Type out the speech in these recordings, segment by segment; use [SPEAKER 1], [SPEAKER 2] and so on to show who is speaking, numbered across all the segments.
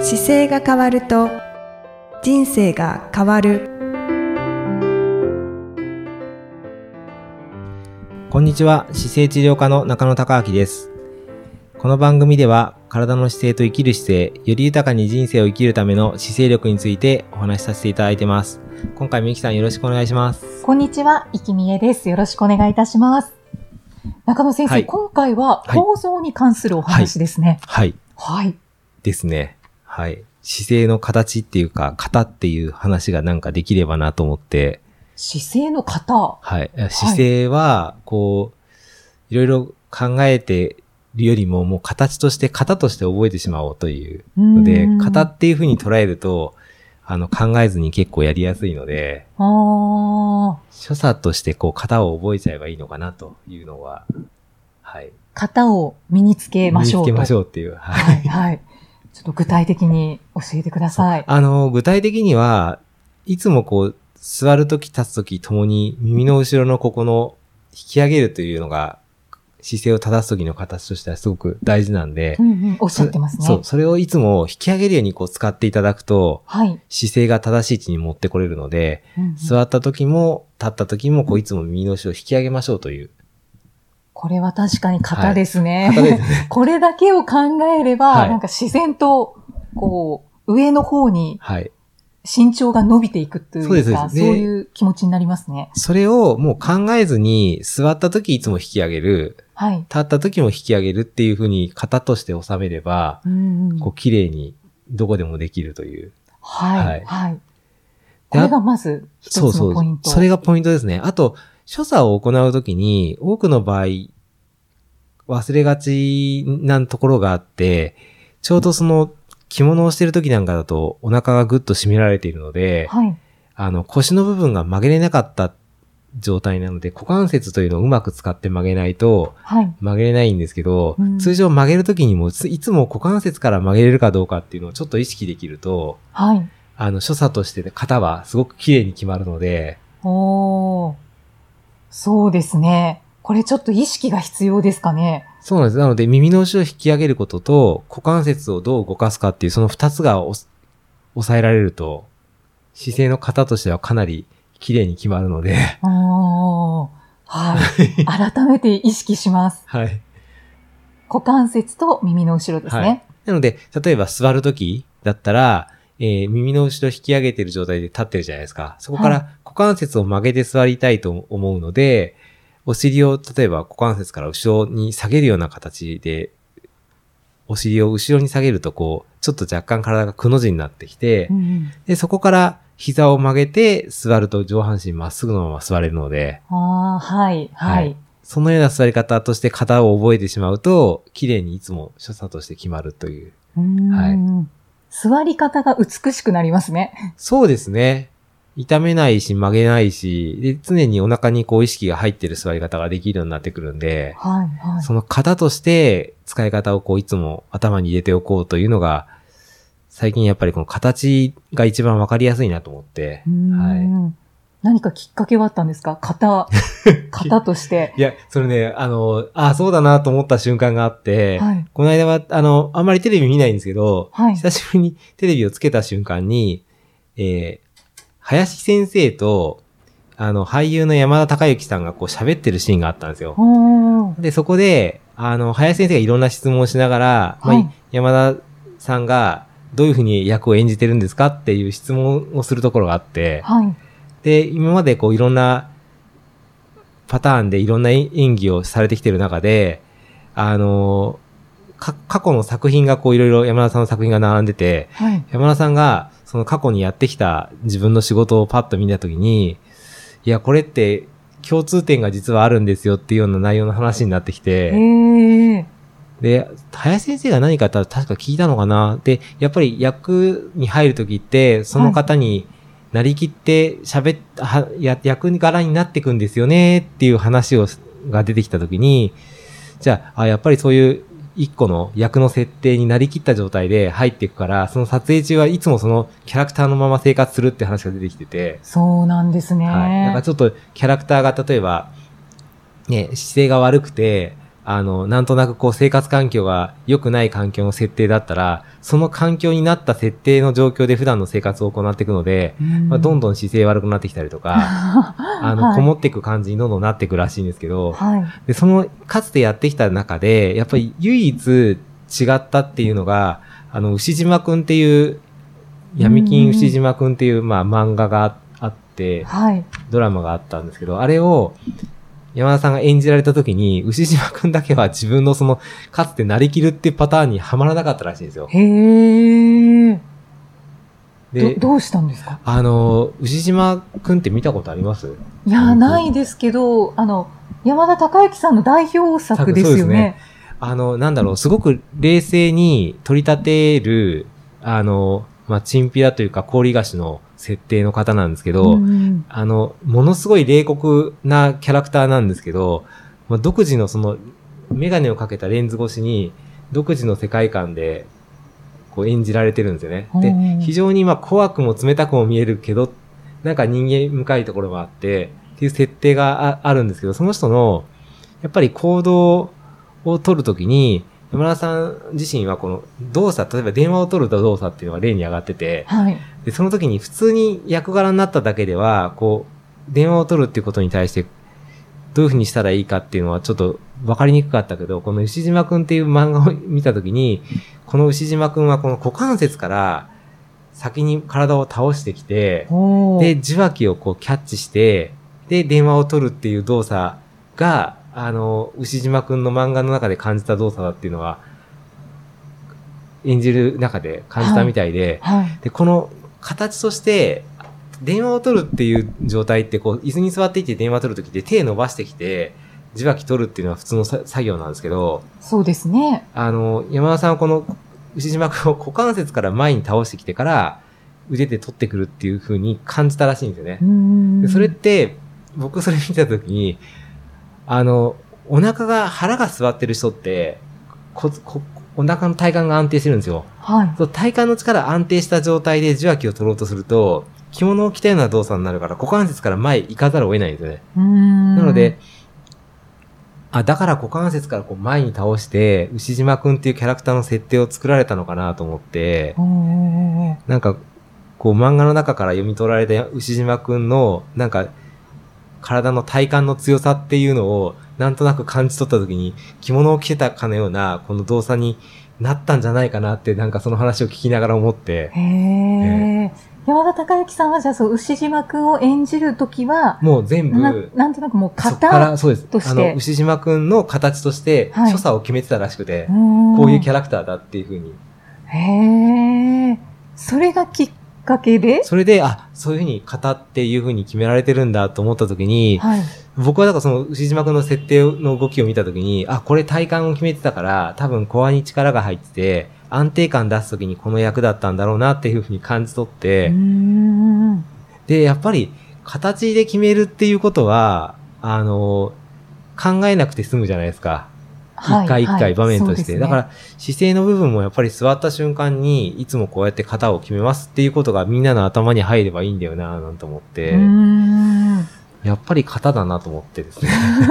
[SPEAKER 1] 姿勢が変わると人生が変わる
[SPEAKER 2] こんにちは、姿勢治療科の中野隆明です。この番組では、体の姿勢と生きる姿勢、より豊かに人生を生きるための姿勢力についてお話しさせていただいてます。今回もゆきさんよろしくお願いします。
[SPEAKER 3] こんにちは、いきみえです。よろしくお願いいたします。中野先生、
[SPEAKER 2] はい
[SPEAKER 3] 今回は
[SPEAKER 2] はい
[SPEAKER 3] 構造に関するお話ですね。
[SPEAKER 2] はい。
[SPEAKER 3] はい。
[SPEAKER 2] ですね。はい。姿勢の形っていうか、型っていう話がなんかできればなと思って、
[SPEAKER 3] 姿勢の型。
[SPEAKER 2] はい。姿勢は、こう、いろいろ考えてるよりも、もう形として、型として覚えてしまおうというので、型
[SPEAKER 3] 型。
[SPEAKER 2] っていう風に捉えると、あの、考えずに結構やりやすいので、
[SPEAKER 3] あー
[SPEAKER 2] 所作としてこう、型を覚えちゃえばいいのかなというのは、はい。
[SPEAKER 3] 型を身につけましょう
[SPEAKER 2] 身
[SPEAKER 3] と。
[SPEAKER 2] につけまし
[SPEAKER 3] う。
[SPEAKER 2] ょうっていう。はい
[SPEAKER 3] はい、はい。ちょっと具体的に教えてください。
[SPEAKER 2] あの、具体的には、いつもこう、座るとき立つときともに耳の後ろのここの引き上げるというのが、姿勢を正すときの形としてはすごく大事なんで
[SPEAKER 3] う、んうん、おっしゃ
[SPEAKER 2] そ
[SPEAKER 3] ってますね。
[SPEAKER 2] そう、それをいつも引き上げるようにこう使っていただくと、
[SPEAKER 3] はい。
[SPEAKER 2] 姿勢が正しい位置に持ってこれるので、
[SPEAKER 3] うんうん
[SPEAKER 2] 座った時も立った時もこういつも右の後ろを引き上げましょうという
[SPEAKER 3] これは確かに型ですね。
[SPEAKER 2] 方ですね。
[SPEAKER 3] これだけを考えれば、
[SPEAKER 2] はい
[SPEAKER 3] なんか自然と、こう、上の方に
[SPEAKER 2] はい。
[SPEAKER 3] 身長が伸びていくというか、
[SPEAKER 2] そ
[SPEAKER 3] そうう
[SPEAKER 2] ですそうですで
[SPEAKER 3] いう気持ちになりますね。
[SPEAKER 2] それをもう考えずに座った時いつも引き上げる、
[SPEAKER 3] はい。
[SPEAKER 2] 立った時も引き上げるっていう風に型として収めれば、
[SPEAKER 3] うんうん
[SPEAKER 2] こう綺麗にどこでもできるという。
[SPEAKER 3] はい、
[SPEAKER 2] は
[SPEAKER 3] はいい。これがまず一つ
[SPEAKER 2] そうそ
[SPEAKER 3] の
[SPEAKER 2] う
[SPEAKER 3] ポイン。ト。
[SPEAKER 2] それがポイントですね。あと、所作を行う時に多くの場合忘れがちなところがあって、ちょうどその着物をしてる時なんかだとお腹がぐっと締められているので、
[SPEAKER 3] はい。
[SPEAKER 2] あの、腰の部分が曲げれなかった状態なので、股関節というのをうまく使って曲げないと
[SPEAKER 3] はい。
[SPEAKER 2] 曲げれないんですけど、
[SPEAKER 3] うん
[SPEAKER 2] 通常曲げるときにも、ついつも股関節から曲げれるかどうかっていうのをちょっと意識できると、
[SPEAKER 3] はい。
[SPEAKER 2] あの、所作として型はすごく綺麗に決まるので、
[SPEAKER 3] おー。そうですね。これちょっと意識が必要ですかね。
[SPEAKER 2] そうなんです。なので、耳の後ろを引き上げることと、股関節をどう動かすかっていう、その二つがお抑えられると、姿勢の型としてはかなり綺麗に決まるので、
[SPEAKER 3] おー。 はい。改めて意識します。
[SPEAKER 2] はい。
[SPEAKER 3] 股関節と耳の後ろですね。
[SPEAKER 2] なので、例えば座るときだったら、えー耳の後ろ引き上げてる状態で立ってるじゃないですか。そこか
[SPEAKER 3] は
[SPEAKER 2] ら股関節を曲げて座りたいと思うので、お尻を例えば股関節から後ろに下げるような形で、お尻を後ろに下げるとこう、ちょっと若干体がくの字になってきて
[SPEAKER 3] う、んうん
[SPEAKER 2] で、そこから膝を曲げて座ると上半身まっすぐのまま座れるので、
[SPEAKER 3] あーはい。
[SPEAKER 2] は
[SPEAKER 3] はいい。
[SPEAKER 2] そのような座り方として型を覚えてしまうと、綺麗にいつも所作として決まるという。
[SPEAKER 3] うーん座り方が美しくなりますね。
[SPEAKER 2] そうですね。痛めないし曲げないし、で、常にお腹にこう意識が入ってる座り方ができるようになってくるんで、
[SPEAKER 3] はい。はい。
[SPEAKER 2] その型として使い方をこういつも頭に入れておこうというのが、最近やっぱりこの形が一番わかりやすいなと思って
[SPEAKER 3] う。ーん何かきっかけはあったんです か型、型として。
[SPEAKER 2] いや、それね、あの、あ、そうだなと思った瞬間があって、
[SPEAKER 3] はい。
[SPEAKER 2] この間は、あの、あんまりテレビ見ないんですけど、
[SPEAKER 3] はい。
[SPEAKER 2] 久しぶりにテレビをつけた瞬間に、えー林先生と、あの、俳優の山田孝之さんがこう喋ってるシーンがあったんですよ。
[SPEAKER 3] おー
[SPEAKER 2] で、そこで、あの、林先生がいろんな質問をしながら、まあ
[SPEAKER 3] はい
[SPEAKER 2] 山田さんがどういうふうに役を演じてるんですかっていう質問をするところがあって、
[SPEAKER 3] はい。
[SPEAKER 2] で、今までこういろんなパターンでいろんな演技をされてきてる中で、あの、か過去の作品がこういろいろ山田さんの作品が並んでて、
[SPEAKER 3] はい。
[SPEAKER 2] 山田さんが、その過去にやってきた自分の仕事をパッと見たときに、いや、これって共通点が実はあるんですよっていうような内容の話になってき
[SPEAKER 3] え
[SPEAKER 2] て、
[SPEAKER 3] ー。
[SPEAKER 2] で、林先生が何かた確か聞いたのかなで、やっぱり役に入るときって、その方になりきって喋っ、はや役柄になってくんですよねっていう話を、が出てきたときに、じゃあ、あやっぱりそういう一個の役の設定になりきった状態で入っていくから、その撮影中はいつもそのキャラクターのまま生活するって話が出てきてて、
[SPEAKER 3] そうなんですね。
[SPEAKER 2] はい。なんかちょっとキャラクターが例えば、ね、姿勢が悪くて、あの、なんとなくこう生活環境が良くない環境の設定だったら、その環境になった設定の状況で普段の生活を行っていくので、まあ、どん
[SPEAKER 3] どん、
[SPEAKER 2] どん姿勢悪くなってきたりと か、あ
[SPEAKER 3] あ
[SPEAKER 2] の、こ
[SPEAKER 3] はい
[SPEAKER 2] もっていく感じにどんどんなっていくらしいんですけど、
[SPEAKER 3] はい。
[SPEAKER 2] で、その、かつてやってきた中で、やっぱり唯一違ったっていうのが、あの、牛島くんっていう、闇
[SPEAKER 3] うん
[SPEAKER 2] 金
[SPEAKER 3] うん
[SPEAKER 2] 牛島くんっていう、まあ、漫画があって、
[SPEAKER 3] はい。
[SPEAKER 2] ドラマがあったんですけど、あれを、山田さんが演じられた時に、牛島くんだけは自分のその、かつてなりきるっていうパターンにはまらなかったらしいんですよ。
[SPEAKER 3] へえ。ど
[SPEAKER 2] で、
[SPEAKER 3] どうしたんですか
[SPEAKER 2] あの、牛島くんって見たことあります
[SPEAKER 3] いや、ないですけど、あの、山田孝之さんの代表作ですよね。
[SPEAKER 2] あの、なんだろう、すごく冷静に取り立てる、あの、まあ、チンピラというか氷菓子の設定の方なんですけど、
[SPEAKER 3] うんうん
[SPEAKER 2] あの、ものすごい冷酷なキャラクターなんですけど、まあ、独自のその、メガネをかけたレンズ越しに、独自の世界観で、こう演じられてるんですよね。で、非常にまあ怖くも冷たくも見えるけど、なんか人間深いところもあって、っていう設定がああるんですけど、その人の、やっぱり行動を取るときに、山田さん自身はこの動作、例えば電話を取る動作っていうのが例に上がってて、
[SPEAKER 3] はい。
[SPEAKER 2] で、その時に普通に役柄になっただけでは、こう、電話を取るっていうことに対して、どういうふうにしたらいいかっていうのはちょっと分かりにくかったけど、この牛島くんっていう漫画を見た時に、この牛島くんはこの股関節から先に体を倒してきて、
[SPEAKER 3] お
[SPEAKER 2] で、
[SPEAKER 3] ー
[SPEAKER 2] 受話器をこうキャッチして、で、電話を取るっていう動作が、あの、牛島くんの漫画の中で感じた動作だっていうのは、演じる中で感じたみたいで、
[SPEAKER 3] はい。
[SPEAKER 2] で、この形として、電話を取るっていう状態って、こう、椅子に座っていて電話を取るときって手伸ばしてきて、受話器取るっていうのは普通のさ作業なんですけど、
[SPEAKER 3] そうですね。
[SPEAKER 2] あの、山田さんはこの牛島君を股関節から前に倒してきてから、腕で取ってくるっていう風に感じたらしいんですよね
[SPEAKER 3] う。ん
[SPEAKER 2] でそれって、僕それ見たときに、あの、お腹が、腹が座ってる人って、ここお腹の体幹が安定してるんですよ。
[SPEAKER 3] はい。
[SPEAKER 2] そう体幹の力安定した状態で受話器を取ろうとすると、着物を着たような動作になるから、股関節から前へ行かざるを得ないんですよね。
[SPEAKER 3] な
[SPEAKER 2] なので、、あ、だから股関節からこう前に倒して、牛島くんっていうキャラクターの設定を作られたのかなと思って、
[SPEAKER 3] おーおーおー
[SPEAKER 2] なんか、こう漫画の中から読み取られた牛島くんの、なんか、体の体幹の強さっていうのを、なんとなく感じ取った時に、着物を着てたかのような、この動作になったんじゃないかなって、なんかその話を聞きながら思って、
[SPEAKER 3] へえ。山田孝之さんは、じゃあ、そう、牛島くんを演じるときは、
[SPEAKER 2] もう全部、
[SPEAKER 3] ななんとなくもう
[SPEAKER 2] そっか
[SPEAKER 3] 型
[SPEAKER 2] ら、そうです
[SPEAKER 3] と。して
[SPEAKER 2] あの、牛島くんの形として、
[SPEAKER 3] はい
[SPEAKER 2] 所作を決めてたらしくて、こ
[SPEAKER 3] こ
[SPEAKER 2] ういうキ
[SPEAKER 3] ャ
[SPEAKER 2] ャラクターだっていうふうに。
[SPEAKER 3] ラ。へえ。それがきっかけで、
[SPEAKER 2] それで、あ、そういうふうに型っていうふうに決められてるんだと思った時に、
[SPEAKER 3] はい。
[SPEAKER 2] 僕はだからその牛島くんの設定の動きを見た時に、あ、これ体幹を決めてたから、多分コアに力が入ってて、安定感出す時にこの役だったんだろうなっていうふうに感じ取って、
[SPEAKER 3] うーん
[SPEAKER 2] で、やっぱり形で決めるっていうことは、あの、考えなくて済むじゃないですか。
[SPEAKER 3] はい
[SPEAKER 2] 一回一
[SPEAKER 3] は
[SPEAKER 2] 回
[SPEAKER 3] い
[SPEAKER 2] 場面とし
[SPEAKER 3] そ
[SPEAKER 2] て。
[SPEAKER 3] うですね
[SPEAKER 2] だから姿勢の部分もやっぱり座った瞬間にいつもこうやって型を決めますっていうことがみんなの頭に入ればいいんだよなぁなんて思っ
[SPEAKER 3] う
[SPEAKER 2] て
[SPEAKER 3] ー、ん
[SPEAKER 2] やっぱり型だなと思ってですね。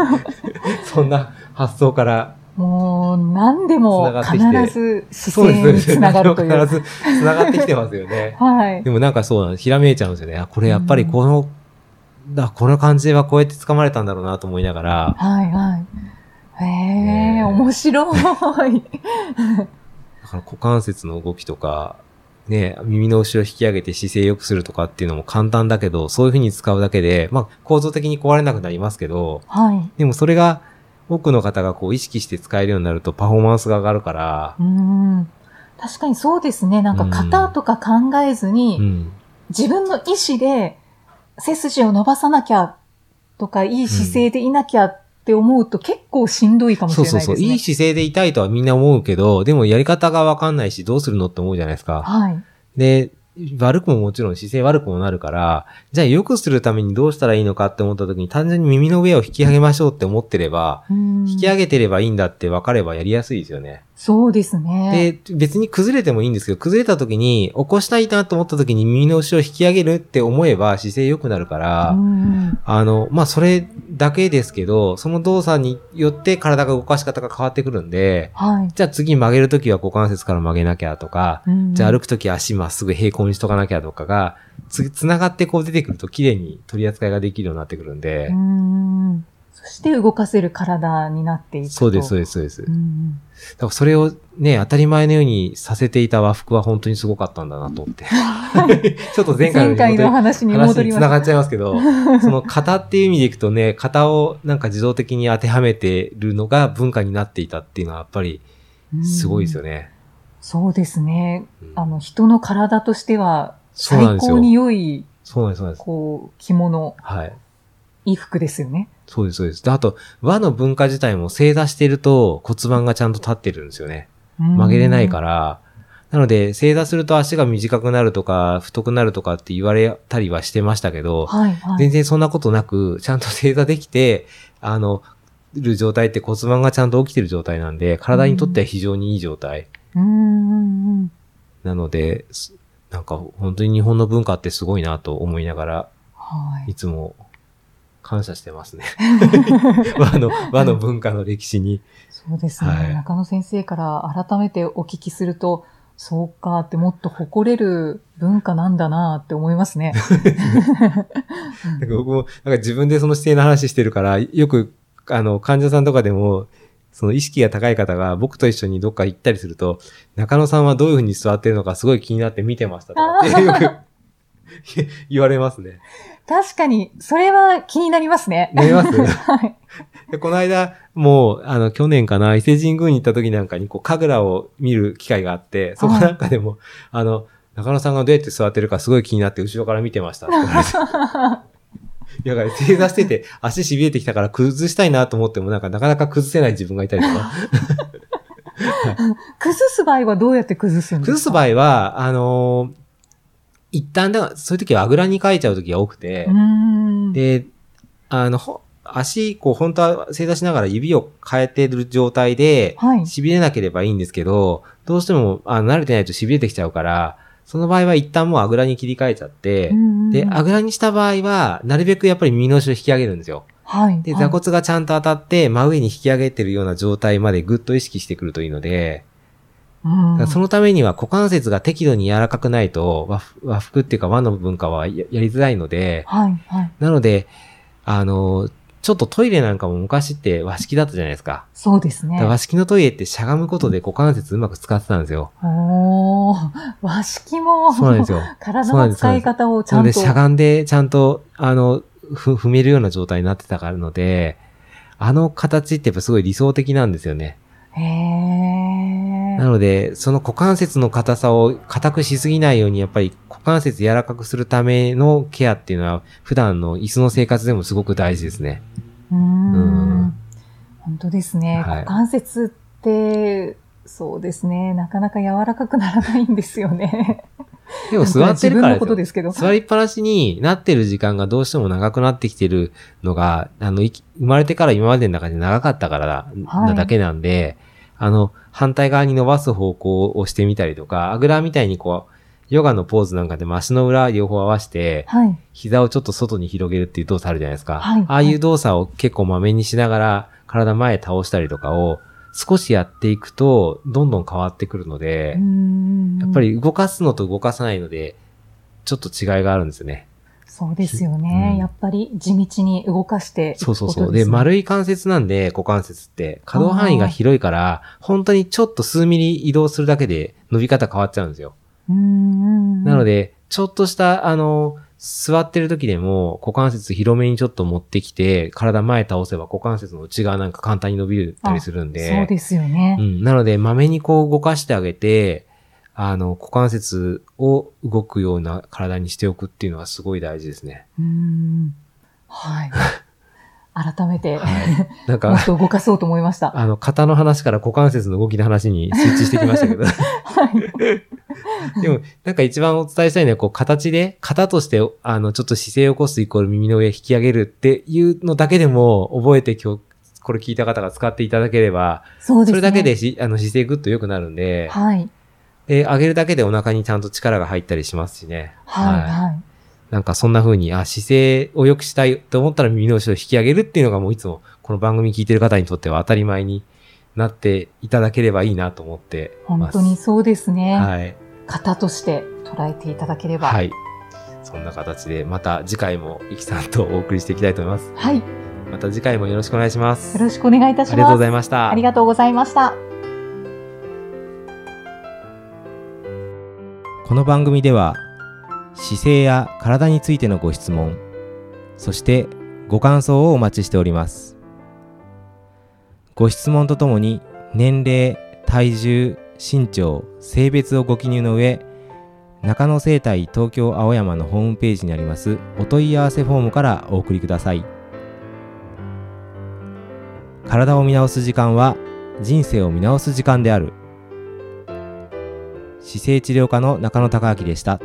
[SPEAKER 2] そんな発想から、
[SPEAKER 3] もう、何でも
[SPEAKER 2] 繋がってきて
[SPEAKER 3] 必ず
[SPEAKER 2] そう
[SPEAKER 3] 姿
[SPEAKER 2] です
[SPEAKER 3] 勢につながるとい
[SPEAKER 2] 必
[SPEAKER 3] う。
[SPEAKER 2] ず繋がってきてますよね。
[SPEAKER 3] はい。
[SPEAKER 2] でもなんかそうなんです。ひらめいちゃうんですよね。あ、これやっぱりこの、だこの感じではこうやって掴まれたんだろうなと思いながら、
[SPEAKER 3] はい、はい。へ
[SPEAKER 2] ねえ
[SPEAKER 3] え、面白い。
[SPEAKER 2] だから股関節の動きとか、ね、耳の後ろ引き上げて姿勢良くするとかっていうのも簡単だけど、そういうふうに使うだけで、まあ構造的に壊れなくなりますけど、
[SPEAKER 3] はい。
[SPEAKER 2] でもそれが多くの方がこう意識して使えるようになるとパフォーマンスが上がるから
[SPEAKER 3] う、ーん。確かにそうですね。なんか型とか考えずに、
[SPEAKER 2] うん。
[SPEAKER 3] 自分の意思で背筋を伸ばさなきゃとか、いい姿勢でいなきゃって思うと結構しんどいかもし
[SPEAKER 2] そう
[SPEAKER 3] れない
[SPEAKER 2] そ
[SPEAKER 3] で
[SPEAKER 2] うそ
[SPEAKER 3] すね。
[SPEAKER 2] う。いい姿勢でいたいとはみんな思うけど、でもやり方がわかんないし、どうするのって思うじゃないですか。
[SPEAKER 3] はい。
[SPEAKER 2] で、悪くももちろん姿勢悪くもなるから、じゃあ良くするためにどうしたらいいのかって思った時に単純に耳の上を引き上げましょうって思ってれば、
[SPEAKER 3] 引
[SPEAKER 2] 引き上げてればいいんだって分かればやりやすいですよね。
[SPEAKER 3] そうですね。
[SPEAKER 2] で、別に崩れてもいいんですけど、崩れた時に、起こしたいなと思った時に耳の後ろを引き上げるって思えば姿勢良くなるから、
[SPEAKER 3] うん
[SPEAKER 2] あの、まあ、それだけですけど、その動作によって体が動かし方が変わってくるんで、
[SPEAKER 3] はい。
[SPEAKER 2] じゃあ次曲げるときは股関節から曲げなきゃとか、
[SPEAKER 3] うん
[SPEAKER 2] じゃあ歩くとき足まっすぐ平行にしとかなきゃとかが、つ、つながってこう出てくると綺麗に取り扱いができるようになってくるんで、
[SPEAKER 3] うんそして動かせる体になっていくと。
[SPEAKER 2] そうです、そうです、そうです。
[SPEAKER 3] うんうん
[SPEAKER 2] だからそれをね、当たり前のようにさせていた和服は本当にすごかったんだなと思 って。ちょっと前回の
[SPEAKER 3] 前回の話に
[SPEAKER 2] 話
[SPEAKER 3] 戻
[SPEAKER 2] に
[SPEAKER 3] りま
[SPEAKER 2] 繋が
[SPEAKER 3] す。
[SPEAKER 2] っちゃいますけど、その型っていう意味でいくとね、型をなんか自動的に当てはめてるのが文化になっていたっていうのはやっぱりすごいですよ
[SPEAKER 3] ね。
[SPEAKER 2] ね。
[SPEAKER 3] そうですね。
[SPEAKER 2] うん
[SPEAKER 3] あの、人の体としては、
[SPEAKER 2] そうなん
[SPEAKER 3] 最
[SPEAKER 2] です
[SPEAKER 3] 高
[SPEAKER 2] よ。
[SPEAKER 3] に良い、
[SPEAKER 2] そうなんです、そうなんです。
[SPEAKER 3] こう、着物、
[SPEAKER 2] はい。
[SPEAKER 3] 衣服ですよね。。
[SPEAKER 2] そうです、そうです。であと、和の文化自体も正座してると骨盤がちゃんと立ってるんですよね。曲げれないからら、なので、正座すると足が短くなるとか、太くなるとかって言われたりはしてましたけど、
[SPEAKER 3] はい、はい。
[SPEAKER 2] 全然そんなことなく、ちゃんと正座できて、あの、る状態って骨盤がちゃんと起きてる状態なんで、体にとっては非常にいい状態。
[SPEAKER 3] うんうんうん。
[SPEAKER 2] なので、すなんか本当に日本の文化ってすごいなと思いながら、
[SPEAKER 3] はいい。
[SPEAKER 2] つも感謝して ますね。 和の、和の文化の歴史に。
[SPEAKER 3] そうですね、
[SPEAKER 2] はい
[SPEAKER 3] 中野先生から改めてお聞きすると、そうかってもっと誇れる文化なんだなって思います ね。
[SPEAKER 2] なんか僕も、なんか自分でその姿勢の話してるから、よく、あの、患者さんとかでも、その意識が高い方が僕と一緒にどっか行ったりすると、中野さんはどういうふうに座ってるのかすごい気になって見てましたとかってよく 言われますね。
[SPEAKER 3] 確かに、それは気になりますね。
[SPEAKER 2] なります
[SPEAKER 3] はい。
[SPEAKER 2] でこの間、もう、あの、去年かな、伊勢神宮に行った時なんかに、こう、神楽を見る機会があって、そこなんかでも、あの、中野さんがどうやって座ってるかすごい気になって後ろから見てましたって言われていやだから正座してて足痺れてきたから崩したいなと思ってもなんかなかなか崩せない自分がいたりとか。
[SPEAKER 3] 崩す場合はどうやって崩すんですか
[SPEAKER 2] 崩す場合は、あのー一旦だ、そういう時はあぐらに書いちゃう時が多くて、
[SPEAKER 3] うーん。
[SPEAKER 2] で、あの、ほ足、こう、本当は正座しながら指を変えてる状態で、
[SPEAKER 3] はい。
[SPEAKER 2] 痺れなければいいんですけど、どうしてもあの慣れてないと痺れてきちゃうから、その場合は一旦もうあぐらに切り替えちゃって
[SPEAKER 3] うん、うんうん
[SPEAKER 2] で、あぐらにした場合は、なるべくやっぱり右の後ろ引き上げるんですよ。
[SPEAKER 3] はい。
[SPEAKER 2] で、
[SPEAKER 3] はい
[SPEAKER 2] 座骨がちゃんと当たって、真上に引き上げてるような状態までぐっと意識してくるといいので、だからそのためには股関節が適度に柔らかくないと、和服和服っていうか和の文化はややりづらいので、
[SPEAKER 3] はい、はい。
[SPEAKER 2] なので、あの、ちょっとトイレなんかも昔って和式だったじゃないですか。
[SPEAKER 3] そうです
[SPEAKER 2] だ
[SPEAKER 3] ね
[SPEAKER 2] から。和式のトイレってしゃがむことで股関節うまく使ってたんですよ。
[SPEAKER 3] おー、和式も、
[SPEAKER 2] そうなんですよ。
[SPEAKER 3] 体の使い方をち
[SPEAKER 2] な
[SPEAKER 3] ゃ
[SPEAKER 2] の
[SPEAKER 3] ん
[SPEAKER 2] で、
[SPEAKER 3] と。
[SPEAKER 2] しゃがんで、ちゃんと、あの、ふ、踏めるような状態になってたからので、あの形ってやっぱすごい理想的なんですよね。
[SPEAKER 3] へー。
[SPEAKER 2] なので、その股関節の硬さを硬くしすぎないように、やっぱり股関節柔らかくするためのケアっていうのは、普段の椅子の生活でもすごく大事です ね。
[SPEAKER 3] うーん
[SPEAKER 2] うん
[SPEAKER 3] 本当ですね。
[SPEAKER 2] はい
[SPEAKER 3] 股関節って、そうですね。なかなか柔らかくならないんですよね。
[SPEAKER 2] でも座ってるか
[SPEAKER 3] 自分
[SPEAKER 2] ら
[SPEAKER 3] のことで
[SPEAKER 2] です
[SPEAKER 3] けど。
[SPEAKER 2] すよ。座りっぱなしになってる時間がどうしても長くなってきてるのが、あの、生き生まれてから今までの中で長かったからだ,、
[SPEAKER 3] はい
[SPEAKER 2] だけなんで、あの、反対側に伸ばす方向をしてみたりとか、あぐらみたいにこう、ヨガのポーズなんかでも足の裏両方合わせて、
[SPEAKER 3] はい。
[SPEAKER 2] 膝をちょっと外に広げるっていう動作あるじゃないですか。
[SPEAKER 3] はい
[SPEAKER 2] ああいう動作を結構まめにしながら、体前倒したりとかを少しやっていくと、どんどん変わってくるので、や
[SPEAKER 3] や
[SPEAKER 2] っぱ。り動かすのと動かさないので、ちょっと違いがあるんですよね。
[SPEAKER 3] そうですよね。
[SPEAKER 2] うん
[SPEAKER 3] やっぱり地道に動かしていく
[SPEAKER 2] そ
[SPEAKER 3] こ
[SPEAKER 2] う
[SPEAKER 3] と
[SPEAKER 2] そ
[SPEAKER 3] で
[SPEAKER 2] う
[SPEAKER 3] す、
[SPEAKER 2] そう。で、丸い関節なんで、股関節って、可動範囲が広いから、本当にちょっと数ミリ移動するだけで伸び方変わっちゃうんですよ。
[SPEAKER 3] うーん。
[SPEAKER 2] なの
[SPEAKER 3] で、
[SPEAKER 2] で、ちょっとした、あの、座ってる時でも、股関節広めにちょっと持ってきて、体前倒せば股関節の内側なんか簡単に伸びたりするんで。
[SPEAKER 3] そうですよね。
[SPEAKER 2] うん。なので、まめにこう動かしてあげて、あの、股関節を動くような体にしておくっていうのはすごい大事ですね。
[SPEAKER 3] うーん。 はい。改めて、
[SPEAKER 2] はい。なん
[SPEAKER 3] もっ
[SPEAKER 2] か、
[SPEAKER 3] と動かそうと思いました。
[SPEAKER 2] あの、肩の話から股関節の動きの話にスイッチしてきましたけ ど。
[SPEAKER 3] はい。
[SPEAKER 2] でも、なんか一番お伝えしたいのは、こう、形で、型として、あの、ちょっと姿勢を起こすイコール耳の上引き上げるっていうのだけでも、覚えてきょこれ聞いた方が使っていただければ、
[SPEAKER 3] そうですね。
[SPEAKER 2] それだけでしあの姿勢ぐっと良くなるんで、
[SPEAKER 3] はい。
[SPEAKER 2] で、上げるだけでお腹にちゃんと力が入ったりしますしね。
[SPEAKER 3] はい、はい。
[SPEAKER 2] なんかそんな風に、あ、姿勢を良くしたいと思ったら耳の後ろを引き上げるっていうのがもういつもこの番組聞いてる方にとっては当たり前になっていただければいいなと思って
[SPEAKER 3] 本
[SPEAKER 2] ます。
[SPEAKER 3] 当にそうですね。
[SPEAKER 2] はい。
[SPEAKER 3] 型として捉えていただければ。
[SPEAKER 2] は
[SPEAKER 3] はい。
[SPEAKER 2] い。そんな形でまた次回もイキさんとお送りしていきたいと思います。
[SPEAKER 3] よ
[SPEAKER 2] また次回もよろしくお願いします。
[SPEAKER 3] ろしくお願いいたします。
[SPEAKER 2] ありがとうございました
[SPEAKER 3] あり。がとうございました。
[SPEAKER 2] この番組では姿勢や体についてのご質問そしてご感想をお待ちしておりますご質問とともに年齢体重身長性別をご記入の上中野生態東京青山のホームページにありますお問い合わせフォームからお送りください体を見直す時間は人生を見直す時間である姿勢治療科の中野孝明でした。